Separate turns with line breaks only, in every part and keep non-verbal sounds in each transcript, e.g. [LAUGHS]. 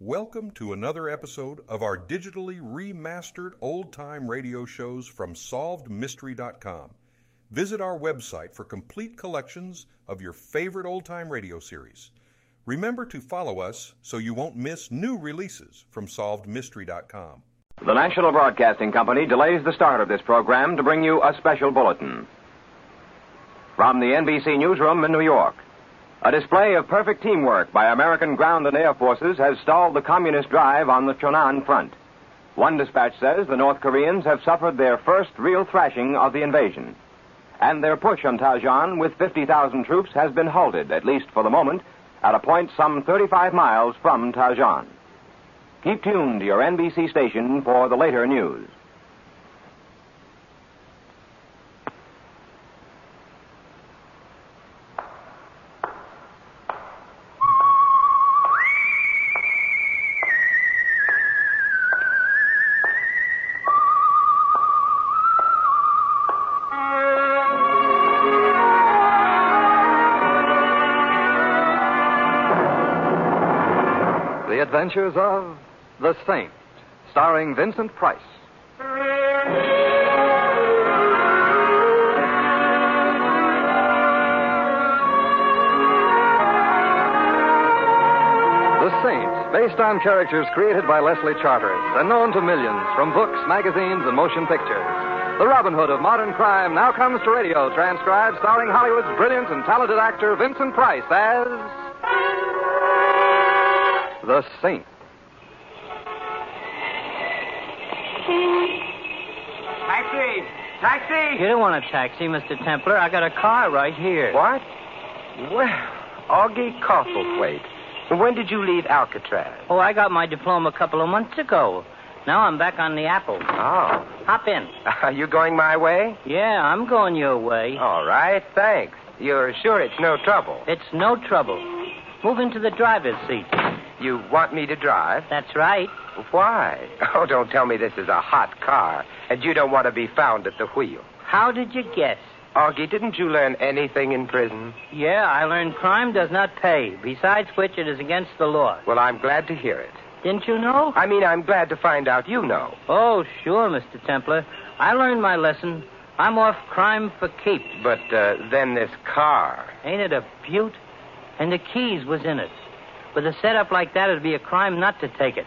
Welcome to another episode of our digitally remastered old time radio shows from SolvedMystery.com. Visit our website for complete collections of your favorite old time radio series. Remember to follow us so you won't miss new releases from SolvedMystery.com.
The National Broadcasting Company delays the start of this program to bring you a special bulletin. From the NBC newsroom in New York, a display of perfect teamwork by American ground and air forces has stalled the communist drive on the Chonan front. One dispatch says the North Koreans have suffered their first real thrashing of the invasion. And their push on Tajan with 50,000 troops has been halted, at least for the moment, at a point some 35 miles from Tajan. Keep tuned to your NBC station for the later news.
The Adventures of the Saint, starring Vincent Price. The Saint, based on characters created by Leslie Charteris and known to millions from books, magazines, and motion pictures. The Robin Hood of modern crime now comes to radio, transcribed starring Hollywood's brilliant and talented actor Vincent Price as. The Saint.
Taxi! Taxi!
You don't want a taxi, Mr. Templar. I got a car right here.
What? Well, Augie Cawthorthwaite. When did you leave Alcatraz?
Oh, I got my diploma a couple of months ago. Now I'm back on the apple.
Ah.
Oh.
Hop in.
Are [LAUGHS] you going my way?
Yeah, I'm going your way.
All right, thanks. You're sure it's no trouble?
It's no trouble. Move into the driver's seat.
You want me to drive?
That's right.
Why? [LAUGHS] Oh, don't tell me this is a hot car and you don't want to be found at the wheel.
How did you guess?
Augie, didn't you learn anything in prison?
Yeah, I learned crime does not pay. Besides which, it is against the law.
Well, I'm glad to hear it.
Didn't you know?
I mean, I'm glad to find out you know.
Oh, sure, Mr. Templar. I learned my lesson. I'm off crime for keeps.
But uh, then this car.
Ain't it a beaut? And the keys was in it. With a setup like that, it'd be a crime not to take it.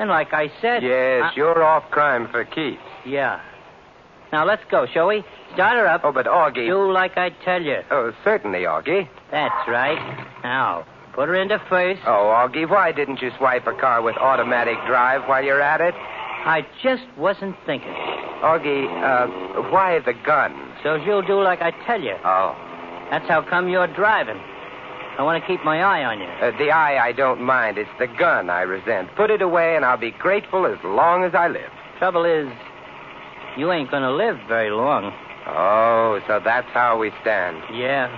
And like I said.
Yes,
I-
you're off crime for keeps.
Yeah. Now let's go, shall we? Start her up.
Oh, but Augie.
Do like I tell you.
Oh, certainly, Augie.
That's right. Now, put her into first.
Oh, Augie, why didn't you swipe a car with automatic drive while you're at it?
I just wasn't thinking.
Augie, uh, why the gun?
So you'll do like I tell you.
Oh.
That's how come you're driving. I want to keep my eye on you.
Uh, the eye I don't mind. It's the gun I resent. Put it away, and I'll be grateful as long as I live.
Trouble is, you ain't going to live very long.
Oh, so that's how we stand.
Yeah.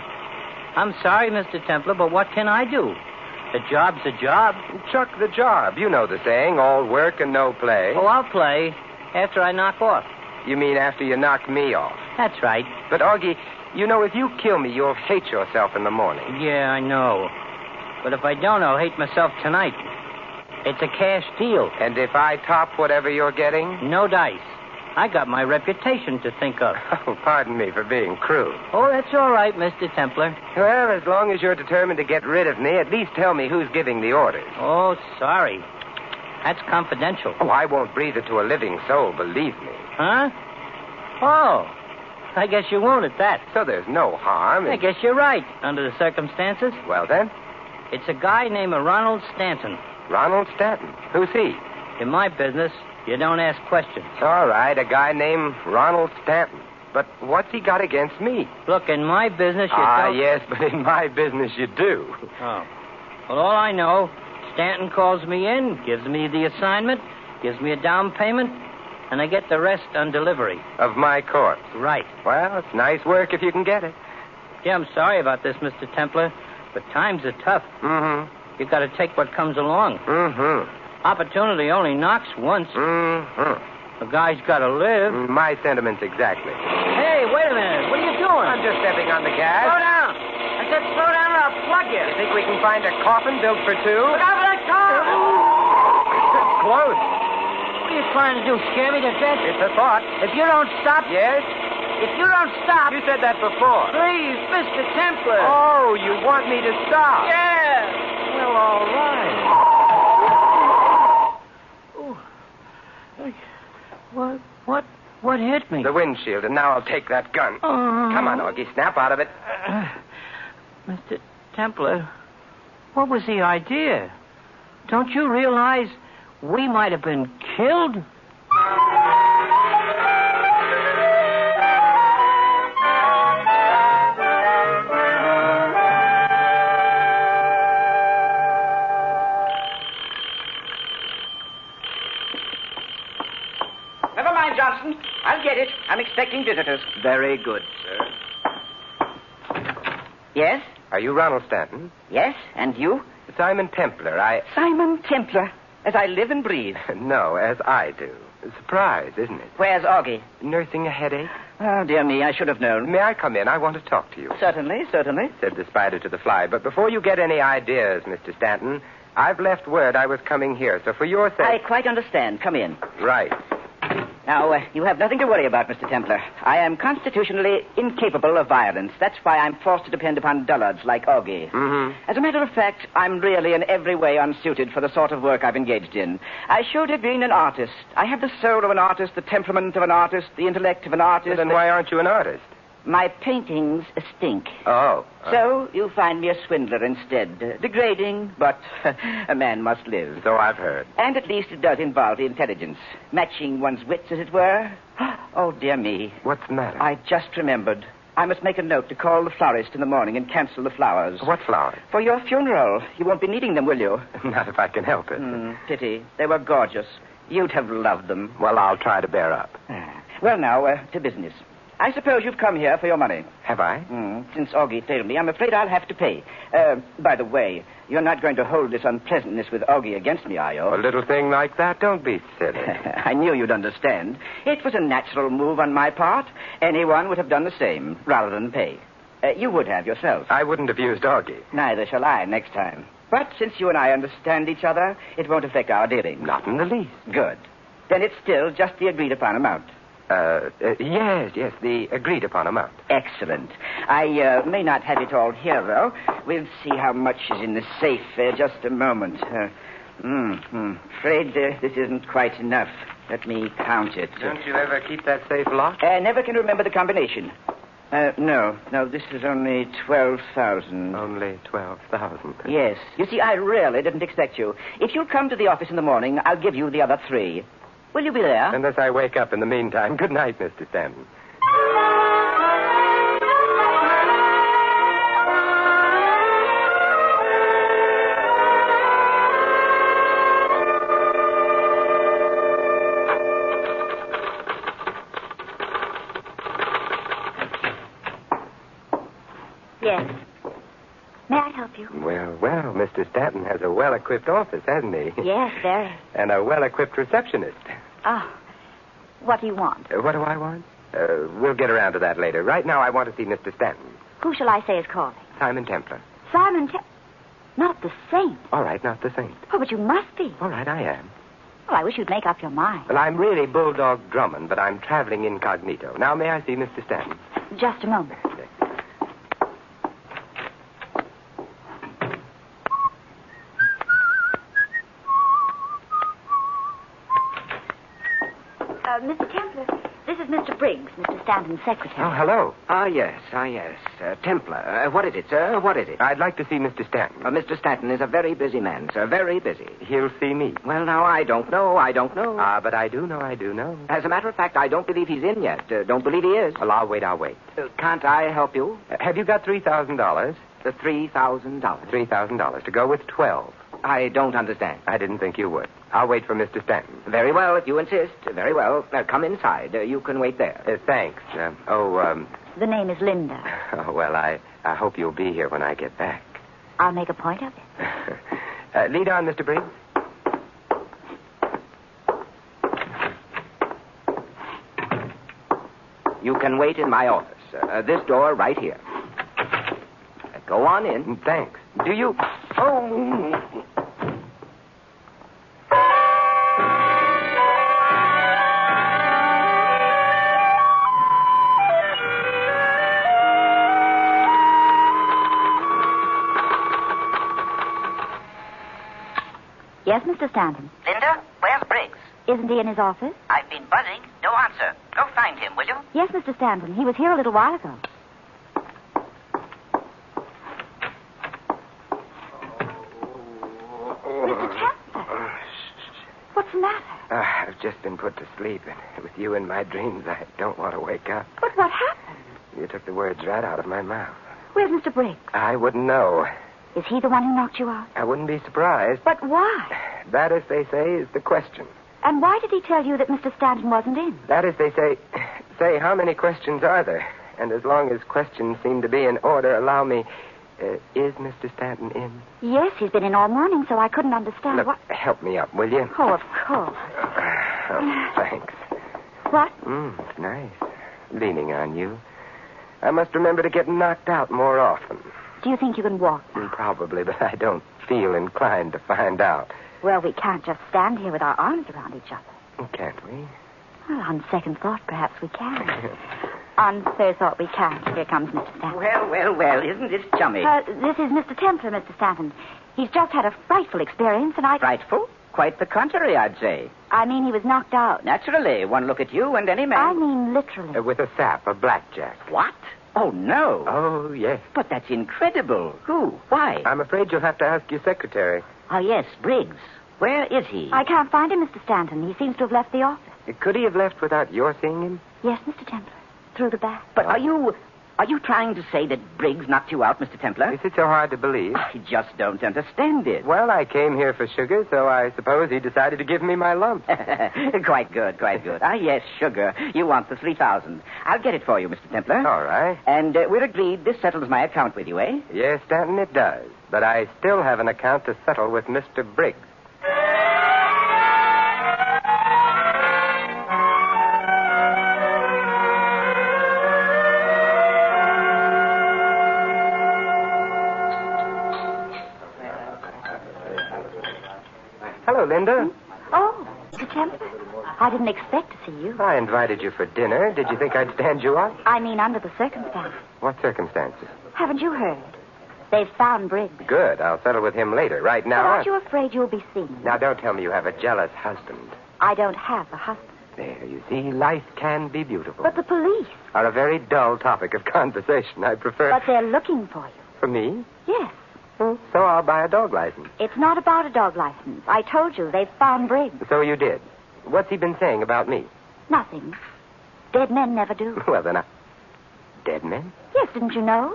I'm sorry, Mr. Templar, but what can I do? The job's a job.
Chuck the job. You know the saying, all work and no play.
Oh, I'll play after I knock off.
You mean after you knock me off.
That's right.
But, Augie, you know, if you kill me, you'll hate yourself in the morning.
Yeah, I know. But if I don't, I'll hate myself tonight. It's a cash deal.
And if I top whatever you're getting? [LAUGHS]
No dice. I got my reputation to think of.
Oh, pardon me for being crude.
Oh, that's all right, Mr. Templar.
Well, as long as you're determined to get rid of me, at least tell me who's giving the orders.
Oh, sorry. That's confidential.
Oh, I won't breathe it to a living soul, believe me.
Huh? Oh. I guess you won't at that.
So there's no harm.
I
in-
guess you're right, under the circumstances.
Well, then,
It's a guy named Ronald Stanton.
Ronald Stanton. Who's he?
In my business, you don't ask questions.
All right, a guy named Ronald Stanton. But what's he got against me?
Look, in my business, you
ah,
don't...
yes, but in my business you do.
Oh. Well, all I know, Stanton calls me in, gives me the assignment, gives me a down payment, and I get the rest on delivery.
Of my corpse.
Right.
Well, it's nice work if you can get it.
Yeah, I'm sorry about this, Mr. Templar, but times are tough.
Mm-hmm.
You gotta take what comes along.
Mm-hmm.
Opportunity only knocks once.
Mm-hmm. Mm,
The guy's gotta live.
My sentiments exactly.
Hey, wait a minute. What are you doing?
I'm just stepping on the gas.
Slow down. I said slow down or I'll plug you.
Think we can find a coffin built for two?
Look out for that car! trying to do? Scare me to death?
It's a thought.
If you don't stop,
Yes?
if you don't stop,
You said that before.
please, Mr. Templar.
Oh, you want me to stop?
Yeah. Well, all right. Ooh. What? What? What hit me?
The windshield, and now I'll take that gun.
Oh.
Come on, Augie, snap out of it.
Uh, Mr. Templar, what was the idea? Don't you realize we might have been killed?
Never mind, Johnson. I'll get it. I'm expecting visitors.
Very good, sir.
Yes?
Are you Ronald Stanton?
Yes? And you?
Simon Templar, I. [LAUGHS]
Simon Templar. As I live and breathe.
No, as I do. Surprise, isn't it?
Where's Augie?
Nursing a headache?
Oh, dear me, I should have known.
May I come in? I want to talk to you.
Certainly, certainly.
said the spider to the fly. But before you get any ideas, Mr. Stanton, I've left word I was coming here. So for your
I
sake.
quite understand. Come in.
Right.
Now, uh, you have nothing to worry about, Mr. Templar. I am constitutionally incapable of violence. That's why I'm forced to depend upon dullards like Augie.
Mm-hmm.
As a matter of fact, I'm really in every way unsuited for the sort of work I've engaged in. I should have been an artist. I have the soul of an artist, the temperament of an artist, the intellect of an artist.
then
the-
why aren't you an artist?
My paintings stink.
Oh.
So you find me a swindler instead. Degrading, but [LAUGHS] a man must live.
So I've heard.
And at least it does involve intelligence, matching one's wits, as it were. [GASPS] Oh, dear me.
What's the matter?
I just remembered. I must make a note to call the florist in the morning and cancel the flowers.
What flowers?
For your funeral. You won't be needing them, will you?
[LAUGHS] Not if I can help it.
Hmm, pity. They were gorgeous. You'd have loved them. [SIGHS]
Well, I'll try to bear up.
Well, now, uh, to business. I suppose you've come here for your money.
Have I?
Hmm, since Augie failed me, I'm afraid I'll have to pay. Uh, by the way, you're not going to hold this unpleasantness with Augie against me, are
A
you?
little thing like that? Don't be [LAUGHS] silly.
[LAUGHS] I knew you'd understand. It was a natural move on my part. Anyone would have done the same, rather than pay. Uh, you would have yourself.
I wouldn't have used Augie.
Neither shall I next time. But since you and I understand each other, it won't affect our dealing.
Not in the least.
Good. Then it's still just the agreed upon amount.
Uh, uh, yes, yes, the agreed upon amount.
Excellent. I uh, may not have it all here, though. We'll see how much is in the safe. Uh, just a moment. Uh, mm, mm, afraid uh, this isn't quite enough. Let me count it.
Don't you ever keep that safe locked?
I never can remember the combination. Uh, no, no, this is only 12,000.
Only 12,000.
Yes. You see, I really didn't expect you. If you'll come to the office in the morning, I'll give you the other three. Will you be there?
Unless I wake up in the meantime. Good night, Mr. Stanton.
Yes. May I help you?
Well, well, Mr. Stanton has a well equipped office, hasn't he?
Yes, very.
[LAUGHS] And a well equipped receptionist.
Oh. What do you want?
Uh, what do I want? Uh, we'll get around to that later. Right now, I want to see Mr. Stanton.
Who shall I say is calling?
Simon Templar.
Simon Te- Not the saint.
All right, not the saint.
Oh, but you must be.
All right, I am.
Well, I wish you'd make up your mind.
Well, I'm really Bulldog Drummond, but I'm traveling incognito. Now, may I see Mr. Stanton?
Just a moment. Uh, Mr. Templar, this is Mr. Briggs, Mr. Stanton's secretary.
Oh, hello.
Ah, yes, ah, yes. Uh, Templar. Uh, what is it, sir? What is it?
I'd like to see Mr. Stanton.
Uh, Mr. Stanton is a very busy man, sir. Very busy.
He'll see me.
Well, now, I don't know. I don't know.
Ah, but I do know, I do know. [LAUGHS]
As a matter of fact, I don't believe he's in yet. Uh, don't believe he is.
Well, I'll wait, I'll wait.
Uh, can't I help you?
Uh, have you got $3,000?
The three thousand dollars.
$3,000 to go with 12.
I don't understand.
I didn't think you would. I'll wait for Mr. Stanton.
Very well, if you insist. Very well. Now come inside. Uh, you can wait there.
Uh, thanks. Um, oh, um,
The name is Linda.
oh, well, I, I hope you'll be here when I get back. [LAUGHS]
I'll make a point of it.
uh, lead on, Mr. Briggs.
You can wait in my office. Uh, this door right here. Uh, go on in.
Thanks. Do you?
Oh.
Yes, Mr. Stanton.
Linda, where's Briggs?
Isn't he in his office?
I've been buzzing. No answer. Go find him, will you?
Yes, Mr. Stanton. He was here a little while ago. Mr. Chester,
Ah,
what's the matter?
I've just been put to sleep, and with you in my dreams, I don't want to wake up.
But what happened?
You took the words right out of my mouth.
Where's Mr. Briggs?
I wouldn't know.
Is he the one who knocked you out?
I wouldn't be surprised.
But why?
That, as they say, is the question.
And why did he tell you that Mr. Stanton wasn't in?
That is, they say, say, how many questions are there? And as long as questions seem to be in order, allow me. Uh, is Mr. Stanton in?
Yes, he's been in all morning, so I couldn't understand
Look,
what.
help me up, will you?
Oh, of course.
Oh, thanks.
What?
Mm, it's nice. Leaning on you. I must remember to get knocked out more often. Mm,
Do you think you can walk?
Probably, but I don't feel inclined to find out.
Well, we can't just stand here with our arms around each other.
Can't we?
Well, on second thought, perhaps we can. on third thought, we can't. Here comes Mr. Stanton.
Well, well, well, isn't this chummy?
Uh, this is Mr. Templer, Mr. Stanton. He's just had a frightful experience, and I.
Frightful? Quite the contrary, I'd say.
I mean, he was knocked out.
Naturally, one look at you and any man.
I mean, literally.
Uh, with a sap, a blackjack.
What? Oh, no.
Oh, yes.
But that's incredible. Who? Why?
I'm afraid you'll have to ask your secretary.
Ah, yes, Briggs. Where is he?
I can't find him, Mr. Stanton. He seems to have left the office.
Could he have left without your seeing him?
Yes, Mr. Templer. Through the back.
But are you... Are you trying to say that Briggs knocked you out, Mr. Templar?
Is it so hard to believe?
I just don't understand it.
Well, I came here for sugar, so I suppose he decided to give me my lump.
[LAUGHS] quite good, quite good. Ah, yes, sugar. You want the 3,000. I'll get it for you, Mr. Templar.
All right.
And uh, we're agreed this settles my account with you, eh?
Yes, Stanton, it does. But I still have an account to settle with Mr. Briggs. Hello, Linda.
Oh, Mr. Templer. I didn't expect to see you.
I invited you for dinner. Did you think I'd stand you up?
I mean, under the circumstances.
What circumstances?
Haven't you heard? They've found Briggs.
Good. I'll settle with him later. Right now.
Aren't
I-
you afraid you'll be seen?
Now, don't tell me you have a jealous husband.
I don't have a husband.
There, you see, life can be beautiful.
But the police.
Are a very dull topic of [LAUGHS] conversation. I prefer.
But they're looking for you.
For me?
Yes.
So I'll buy a dog license.
It's not about a dog license. I told you they've found Briggs.
So you did. What's he been saying about me? [LAUGHS]
Nothing. Dead men never do.
Well, then I. Dead men?
Yes, didn't you know?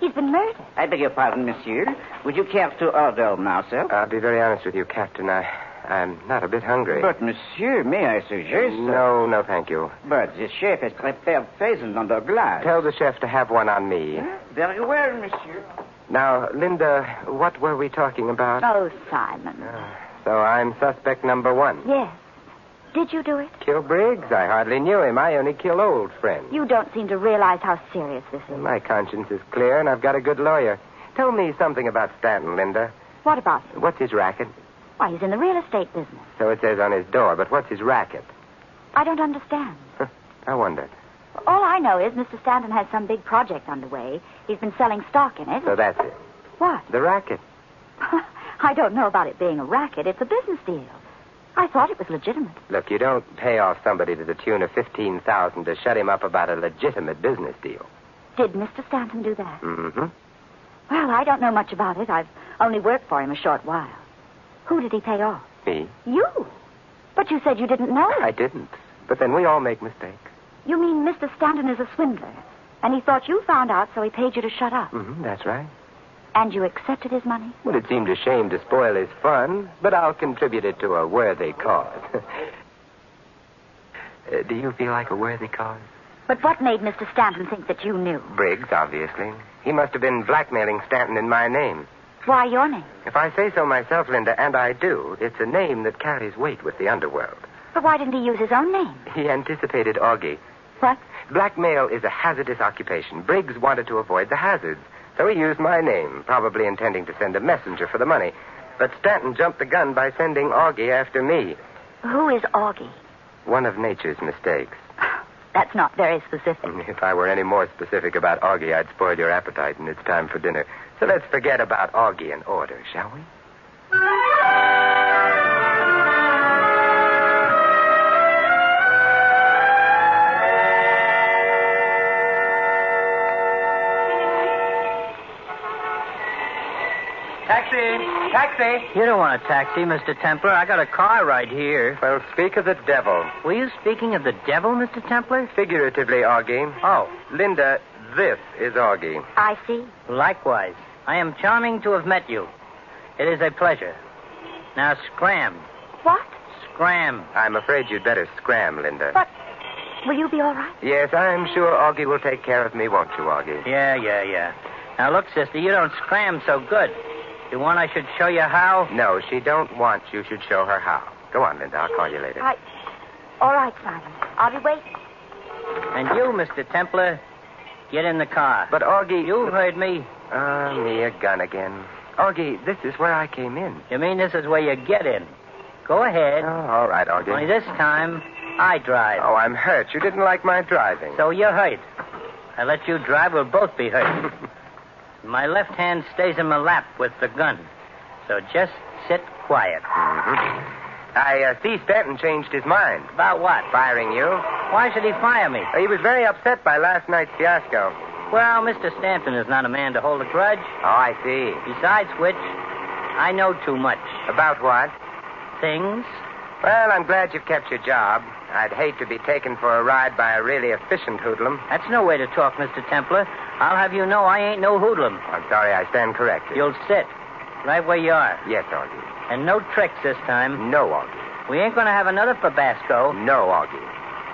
He's been murdered.
I beg your pardon, monsieur. Would you care to order now, sir?
I'll be very honest with you, Captain. I, I'm not a bit hungry.
But, monsieur, may I suggest...
No, no, thank you.
But the chef has prepared pheasant under glass.
Tell the chef to have one on me.
Very well, monsieur.
Now, Linda, what were we talking about?
Oh, Simon.
So I'm suspect number one.
Yes. Did you do it?
Kill Briggs? I hardly knew him. I only kill old friends.
You don't seem to realize how serious this is.
My conscience is clear, and I've got a good lawyer. Tell me something about Stanton, Linda.
What about him?
What's his racket?
Why, he's in the real estate business.
So it says on his door, but what's his racket?
I don't understand.
I wonder.
All I know is Mr. Stanton has some big project underway. He's been selling stock in it.
So that's it.
What? [LAUGHS]
The racket.
I don't know about it being a racket. It's a business deal. I thought it was legitimate.
Look, you don't pay off somebody to the tune of 15000 to shut him up about a legitimate business deal.
Did Mr. Stanton do that?
Mm-hmm.
Well, I don't know much about it. I've only worked for him a short while. Who did he pay off?
Me?
You. But you said you didn't know.
I didn't. But then we all make mistakes.
You mean Mr. Stanton is a swindler, and he thought you found out, so he paid you to shut up.
Mm-hmm, that's right.
And you accepted his money?
Well, it seemed a shame to spoil his fun, but I'll contribute it to a worthy cause. [LAUGHS] Uh, do you feel like a worthy cause?
But what made Mr. Stanton think that you knew?
Briggs, obviously. He must have been blackmailing Stanton in my name.
Why your name?
If I say so myself, Linda, and I do, it's a name that carries weight with the underworld.
But why didn't he use his own name?
He anticipated Augie.
What?
Blackmail is a hazardous occupation. Briggs wanted to avoid the hazards, so he used my name, probably intending to send a messenger for the money. But Stanton jumped the gun by sending Augie after me.
Who is Augie?
One of nature's mistakes. [LAUGHS]
That's not very specific.
If I were any more specific about Augie, I'd spoil your appetite, and it's time for dinner. So let's forget about Augie and order, shall we?
taxi.
You don't want a taxi, Mr. Templar. I got a car right here.
Well, speak of the devil.
Were you speaking of the devil, Mr. Templar?
Figuratively, Augie.
Oh,
Linda, this is Augie.
I see.
likewise. I am charming to have met you. It is a pleasure. Now scram,
What?
scram.
I'm afraid you'd better scram, Linda.
But will you be all right?
Yes, I'm sure Augie will take care of me, won't you, Augie?
Yeah, yeah, yeah. Now look, sister, you don't scram so good. You want I should show you how?
No, she don't want you should show her how. Go on, Linda. I'll call you later.
I. All right, Simon. I'll be waiting.
And you, Mr. Templar, get in the car.
But Augie,
you heard me.
Ah, me a gun again. Augie, this is where I came in.
You mean this is where you get in? Go ahead.
Oh, all right, Augie.
Only this time, I drive.
Oh, I'm hurt. You didn't like my driving.
So you're hurt. I let you drive, we'll both be hurt. my left hand stays in my lap with the gun. So just sit quiet.
I uh, see Stanton changed his mind.
About what?
Firing you.
Why should he fire me?
He was very upset by last night's fiasco.
Well, Mr. Stanton is not a man to hold a grudge.
Oh, I see.
Besides which, I know too much.
About what?
Things?
Well, I'm glad you've kept your job. I'd hate to be taken for a ride by a really efficient hoodlum.
That's no way to talk, Mr. Templar. I'll have you know I ain't no hoodlum.
I'm sorry, I stand corrected.
You'll sit right where you are.
Yes, Augie.
And no tricks this time.
No, Augie.
We ain't going to have another Fabasco.
No, Augie.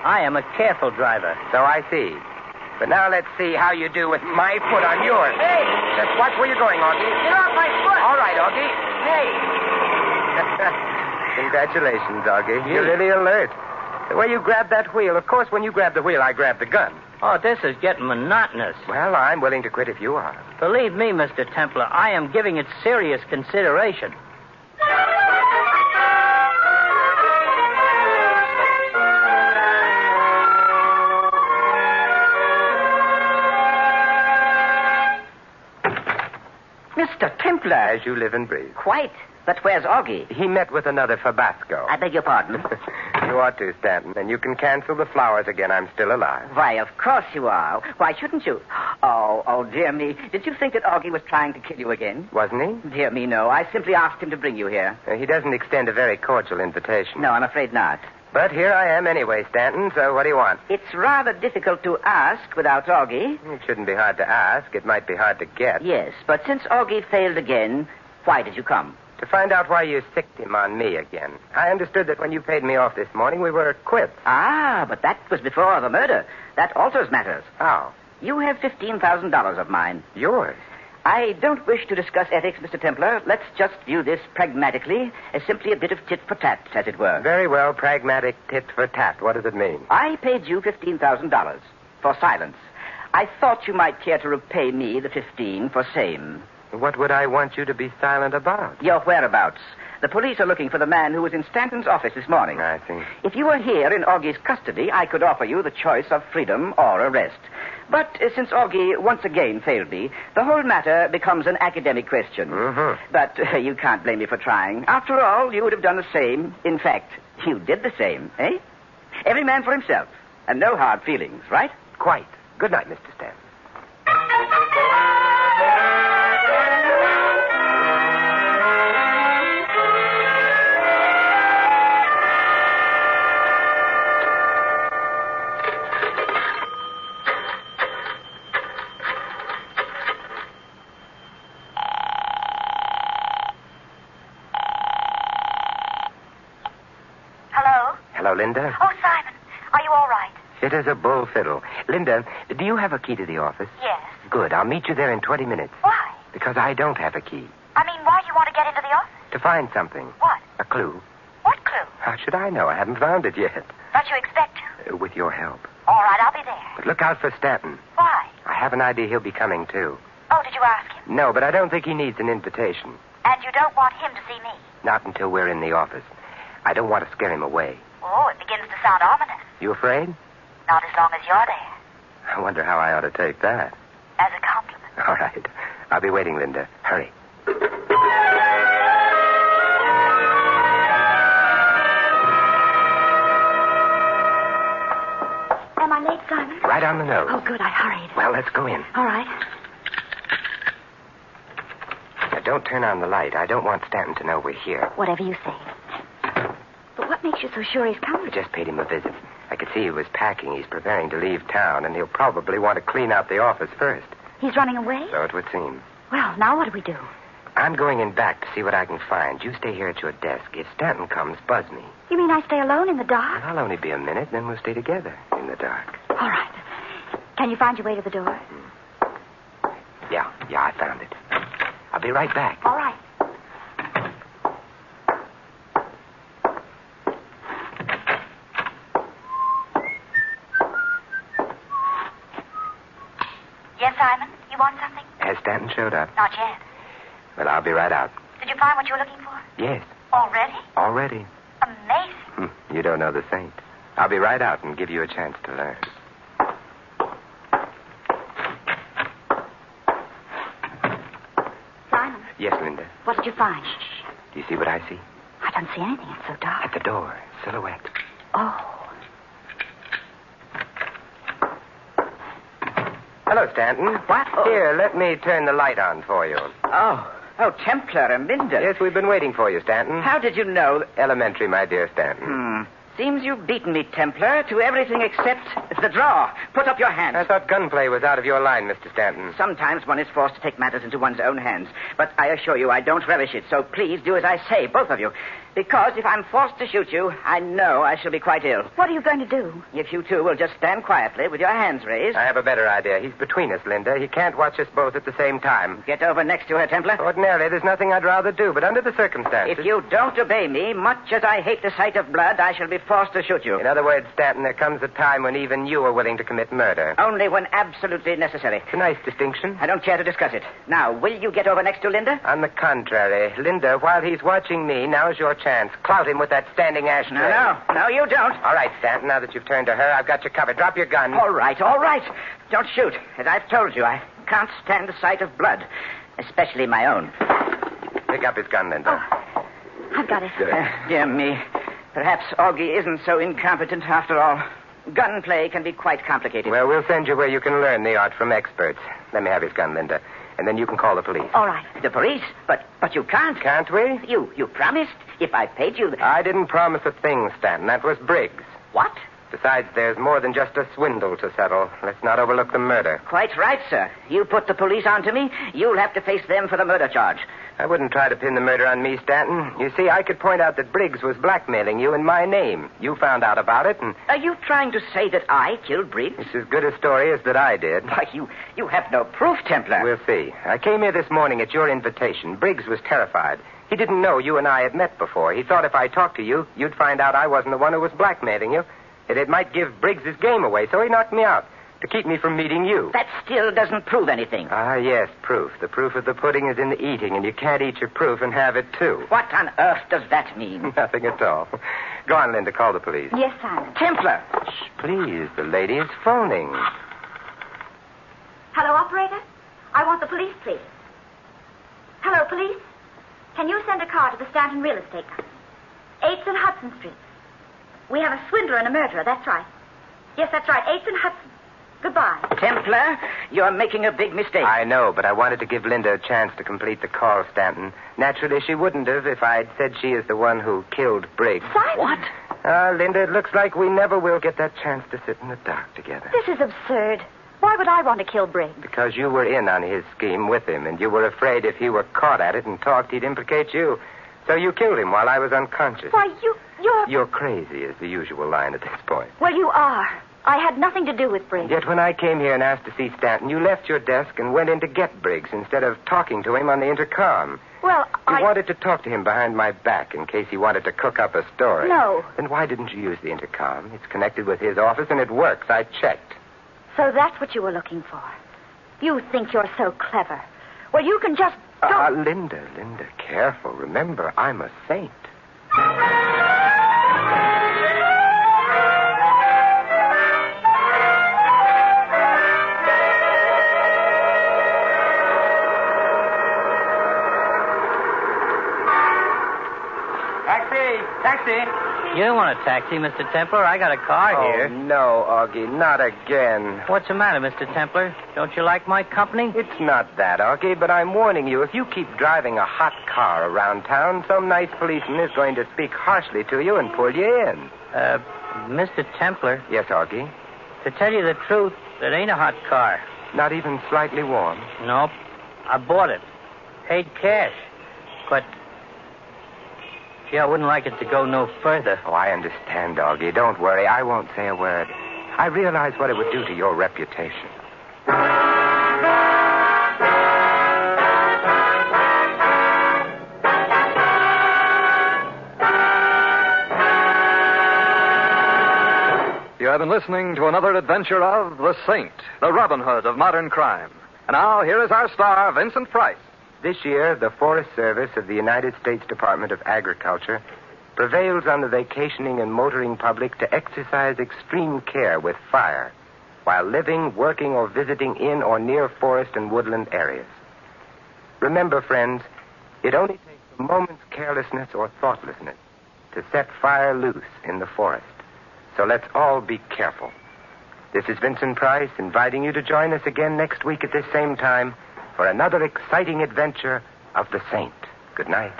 I am a careful driver.
So I see. But now let's see how you do with my foot on yours. Hey! Just watch where you're going, Augie.
Get off my foot.
All right, Augie. Hey! [LAUGHS] Congratulations, Augie. You're really alert. The way you grabbed that wheel, of course, when you grabbed the wheel, I grabbed the gun.
Oh, this is getting monotonous.
Well, I'm willing to quit if you are.
Believe me, Mr. Templar, I am giving it serious consideration.
Mr. Templar.
As you live and breathe.
Quite. But where's Augie?
He met with another Fabasco.
I beg your [LAUGHS] pardon.
[LAUGHS] you ought to, Stanton, and you can cancel the flowers again. I'm still alive.
Why, of course you are. Why shouldn't you? Oh, oh, dear me. Did you think that Augie was trying to kill you again?
Wasn't he?
Dear me, no. I simply asked him to bring you here.
Uh, He doesn't extend a very cordial invitation.
No, I'm afraid not.
But here I am anyway, Stanton, so what do you want?
It's rather difficult to ask without Augie.
It shouldn't be hard to ask. It might be hard to get.
Yes, but since Augie failed again, why did you come?
To find out why you sicked him on me again. I understood that when you paid me off this morning, we were quits.
Ah, but that was before the murder. That alters matters.
How?
You have $15,000 of mine.
Yours.
I don't wish to discuss ethics, Mr. Templar. Let's just view this pragmatically as simply a bit of tit for tat, as it were.
Very well, pragmatic tit for tat. What does it mean?
I paid you $15,000 for silence. I thought you might care to repay me the 15 for same.
What would I want you to be silent about?
Your whereabouts. The police are looking for the man who was in Stanton's office this morning.
I see.
If you were here in Augie's custody, I could offer you the choice of freedom or arrest. But uh, since Augie once again failed me, the whole matter becomes an academic question.
Mhm.
But uh, you can't blame me for trying. After all, you would have done the same. In fact, you did the same, eh? Every man for himself, and no hard feelings, right?
Quite. Good night, Mr. Stanton.
Hello?
Hello, Linda.
Oh, Simon, are you all right?
It is a bull fiddle. Linda, do you have a key to the office?
Yes.
Good. I'll meet you there in 20 minutes.
Why?
Because I don't have a key.
I mean, why do you want to get into the office?
To find something.
What?
A clue.
What clue?
How should I know? I haven't found it yet. [LAUGHS]
Don't you expect to?
Uh, With your help.
All right, I'll be there.
But look out for Stanton.
Why?
I have an idea he'll be coming, too.
Oh, did you ask him?
No, but I don't think he needs an invitation.
And you don't want him to see me?
Not until we're in the office. I don't want to scare him away.
Oh, it begins to sound ominous.
You afraid?
Not as long as you're there.
I wonder how I ought to take that. [LAUGHS]
As a compliment.
All right. I'll be waiting, Linda. Hurry.
Am I late, Simon?
Right on the nose.
Oh, good. I hurried.
Well, let's go in.
All right.
Now, Don't turn on the light. I don't want Stanton to know we're here.
Whatever you say. But what makes you so sure he's
I
coming?
just paid him a visit. I could see he was packing. He's preparing to leave town, and he'll probably want to clean out the office first.
He's running away?
So it would seem.
Well, now what do we do?
I'm going in back to see what I can find. You stay here at your desk. If Stanton comes, buzz me.
You mean I stay alone in the dark?
And I'll only be a minute, then we'll stay together in the dark.
All right. Can you find your way to the door?
Yeah, yeah, I found it. I'll be right back.
All right.
Yes, Simon? You want something?
Has Stanton showed up?
Not yet.
Well, I'll be right out.
Did you find what you were looking for?
Yes,
Already?
already.
Amazing.
Hmm, you don't know the saint. I'll be right out and give you a chance to learn.
Simon,
Yes, Linda.
what did you find?
Do you see what I see?
I don't see anything. It's so
At
dark.
the door, silhouette.
Oh.
Hello, Stanton. What? Here, let me turn the light on for you.
Oh, oh, Templar and Minden.
Yes, we've been waiting for you, Stanton.
How did you know?
Elementary, my dear Stanton.
Hmm. Seems you've beaten me, Templar, to everything except the draw. Put up your hand.
I thought gunplay was out of your line, Mr. Stanton.
Sometimes one is forced to take matters into one's own hands. But I assure you, I don't relish it, so please do as I say, both of you. Because if I'm forced to shoot you, I know I shall be quite ill.
What are you going to do?
If you two will just stand quietly with your hands raised.
I have a better idea. He's between us, Linda. He can't watch us both at the same time.
Get over next to her, Templar.
Ordinarily, there's nothing I'd rather do, but under the circumstances.
If you don't obey me, much as I hate the sight of blood, I shall be forced to shoot you.
In other words, Stanton, there comes a time when even you are willing to commit murder.
Only when absolutely necessary.
It's a nice distinction.
I don't care to discuss it. Now, will you get over next to Linda?
On the contrary, Linda, while he's watching me, now's your chance. Clout him with that standing ashtray.
No, no. No, you don't.
All right, Stanton, now that you've turned to her, I've got you covered. Drop your gun.
All right, all right. Don't shoot. As I've told you, I can't stand the sight of blood, especially my
[LAUGHS]
own.
Pick up his gun, Linda.
I've got it.
Good.
Ah, dear me. Perhaps Augie isn't so incompetent after all. Gunplay can be quite complicated.
Well, we'll send you where you can learn the art from experts. Let me have his gun, Linda, and then you can call the police.
All right.
the police? But but you can't.
Can't we? Uh.
You you promised if I paid you. the-
I didn't promise a thing, Stanton. That was Briggs.
What?
Besides, there's more than just a swindle to settle. Let's not overlook the murder.
Quite right, sir. You put the police onto me. You'll have to face them for the murder charge.
I wouldn't try to pin the murder on me, Stanton. You see, I could point out that Briggs was blackmailing you in my name. You found out about it, and
Are you trying to say that I killed Briggs? [LAUGHS]
it's as good a story as that I did. [LAUGHS]
Why, you you have no proof, Templar.
We'll see. I came here this morning at your invitation. Briggs was terrified. He didn't know you and I had met before. He thought if I talked to you, you'd find out I wasn't the one who was blackmailing you, and it might give Briggs his game away, so he knocked me out to keep me from meeting you.
That still doesn't prove anything.
Ah, yes, proof. The proof of the pudding is in the eating, and you can't eat your proof and have it, too. [LAUGHS]
What on earth does that mean?
Nothing at all. Go on, Linda. Call the police.
Yes, Simon.
Templar.
Please, the lady is phoning.
Hello, operator? I want the police, please. Hello, police? Can you send a car to the Stanton Real Estate Company? Eights and Hudson Street. We have a swindler and a murderer, that's right. Yes, that's right. Eights and Hudson. Goodbye.
Templar, you're making a big mistake.
I know, but I wanted to give Linda a chance to complete the call, Stanton. Naturally, she wouldn't have if I'd said she is the one who killed Briggs.
Simon!
What?
Ah, Linda, it looks like we never will get that chance to sit in the dark together.
This is absurd. Why would I want to kill Briggs?
Because you were in on his scheme with him, and you were afraid if he were caught at it and talked, he'd implicate you. So you killed him while I was unconscious.
Why, you, you're.
You're crazy, is the usual line at this point.
Well, you are. I had nothing to do with Briggs.
Yet when I came here and asked to see Stanton, you left your desk and went in to get Briggs instead of talking to him on the intercom.
Well,
You
I.
wanted to talk to him behind my back in case he wanted to cook up a story.
No.
Then why didn't you use the intercom? It's connected with his office and it works. I checked.
So that's what you were looking for. You think you're so clever. Well, you can just go.
Ah, Linda, Linda, careful. Remember, I'm a saint.
Back
Taxi! Taxi!
You don't want a taxi, Mr. Templar. I got a car
oh,
here.
no, Augie, not again.
What's the matter, Mr. Templar? Don't you like my company?
It's not that, Augie, but I'm warning you. If you keep driving a hot car around town, some nice policeman is going to speak harshly to you and pull you in.
Uh, Mr. Templar,
Yes, Augie.
to tell you the truth, it ain't a hot car.
Not even slightly warm.
Nope. I bought it. Paid cash. But. Gee, I wouldn't like it to go no further.
Oh, I understand, Augie. Don't worry. I won't say a word. I realize what it would do to your reputation.
You have been listening to another adventure of The Saint, the Robin Hood of modern crime. And now, here is our star, Vincent Price.
This year, the Forest Service of the United States Department of Agriculture prevails on the vacationing and motoring public to exercise extreme care with fire while living, working, or visiting in or near forest and woodland areas. Remember, friends, it only takes a moment's carelessness or thoughtlessness to set fire loose in the forest. So let's all be careful. This is Vincent Price inviting you to join us again next week at this same time for another exciting adventure of the Saint. Good night.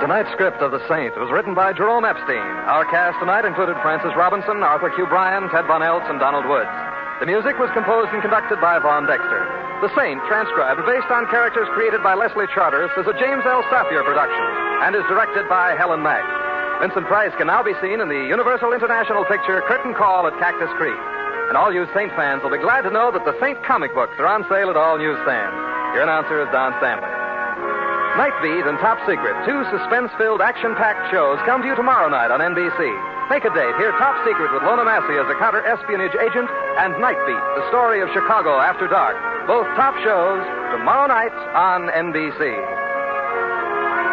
Tonight's script of The Saint was written by Jerome Epstein. Our cast tonight included Francis Robinson, Arthur Q. Bryan, Ted Von Eltz, and Donald Woods. The music was composed and conducted by Von Dexter. The Saint, transcribed based on characters created by Leslie Charteris, is a James L. Safier production and is directed by Helen Mack. Vincent Price can now be seen in the Universal International picture Curtain Call at Cactus Creek. And all you Saint fans will be glad to know that the Saint comic books are on sale at all newsstands. Your announcer is Don Stanley. Night Beat and Top Secret, two suspense filled, action packed shows, come to you tomorrow night on NBC. Make a date. Hear Top Secret with Lona Massey as a counter espionage agent and Night Beat, the story of Chicago after dark. Both top shows tomorrow night on NBC.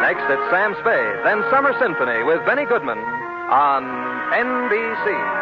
Next, it's Sam Spade, then Summer Symphony with Benny Goodman on NBC.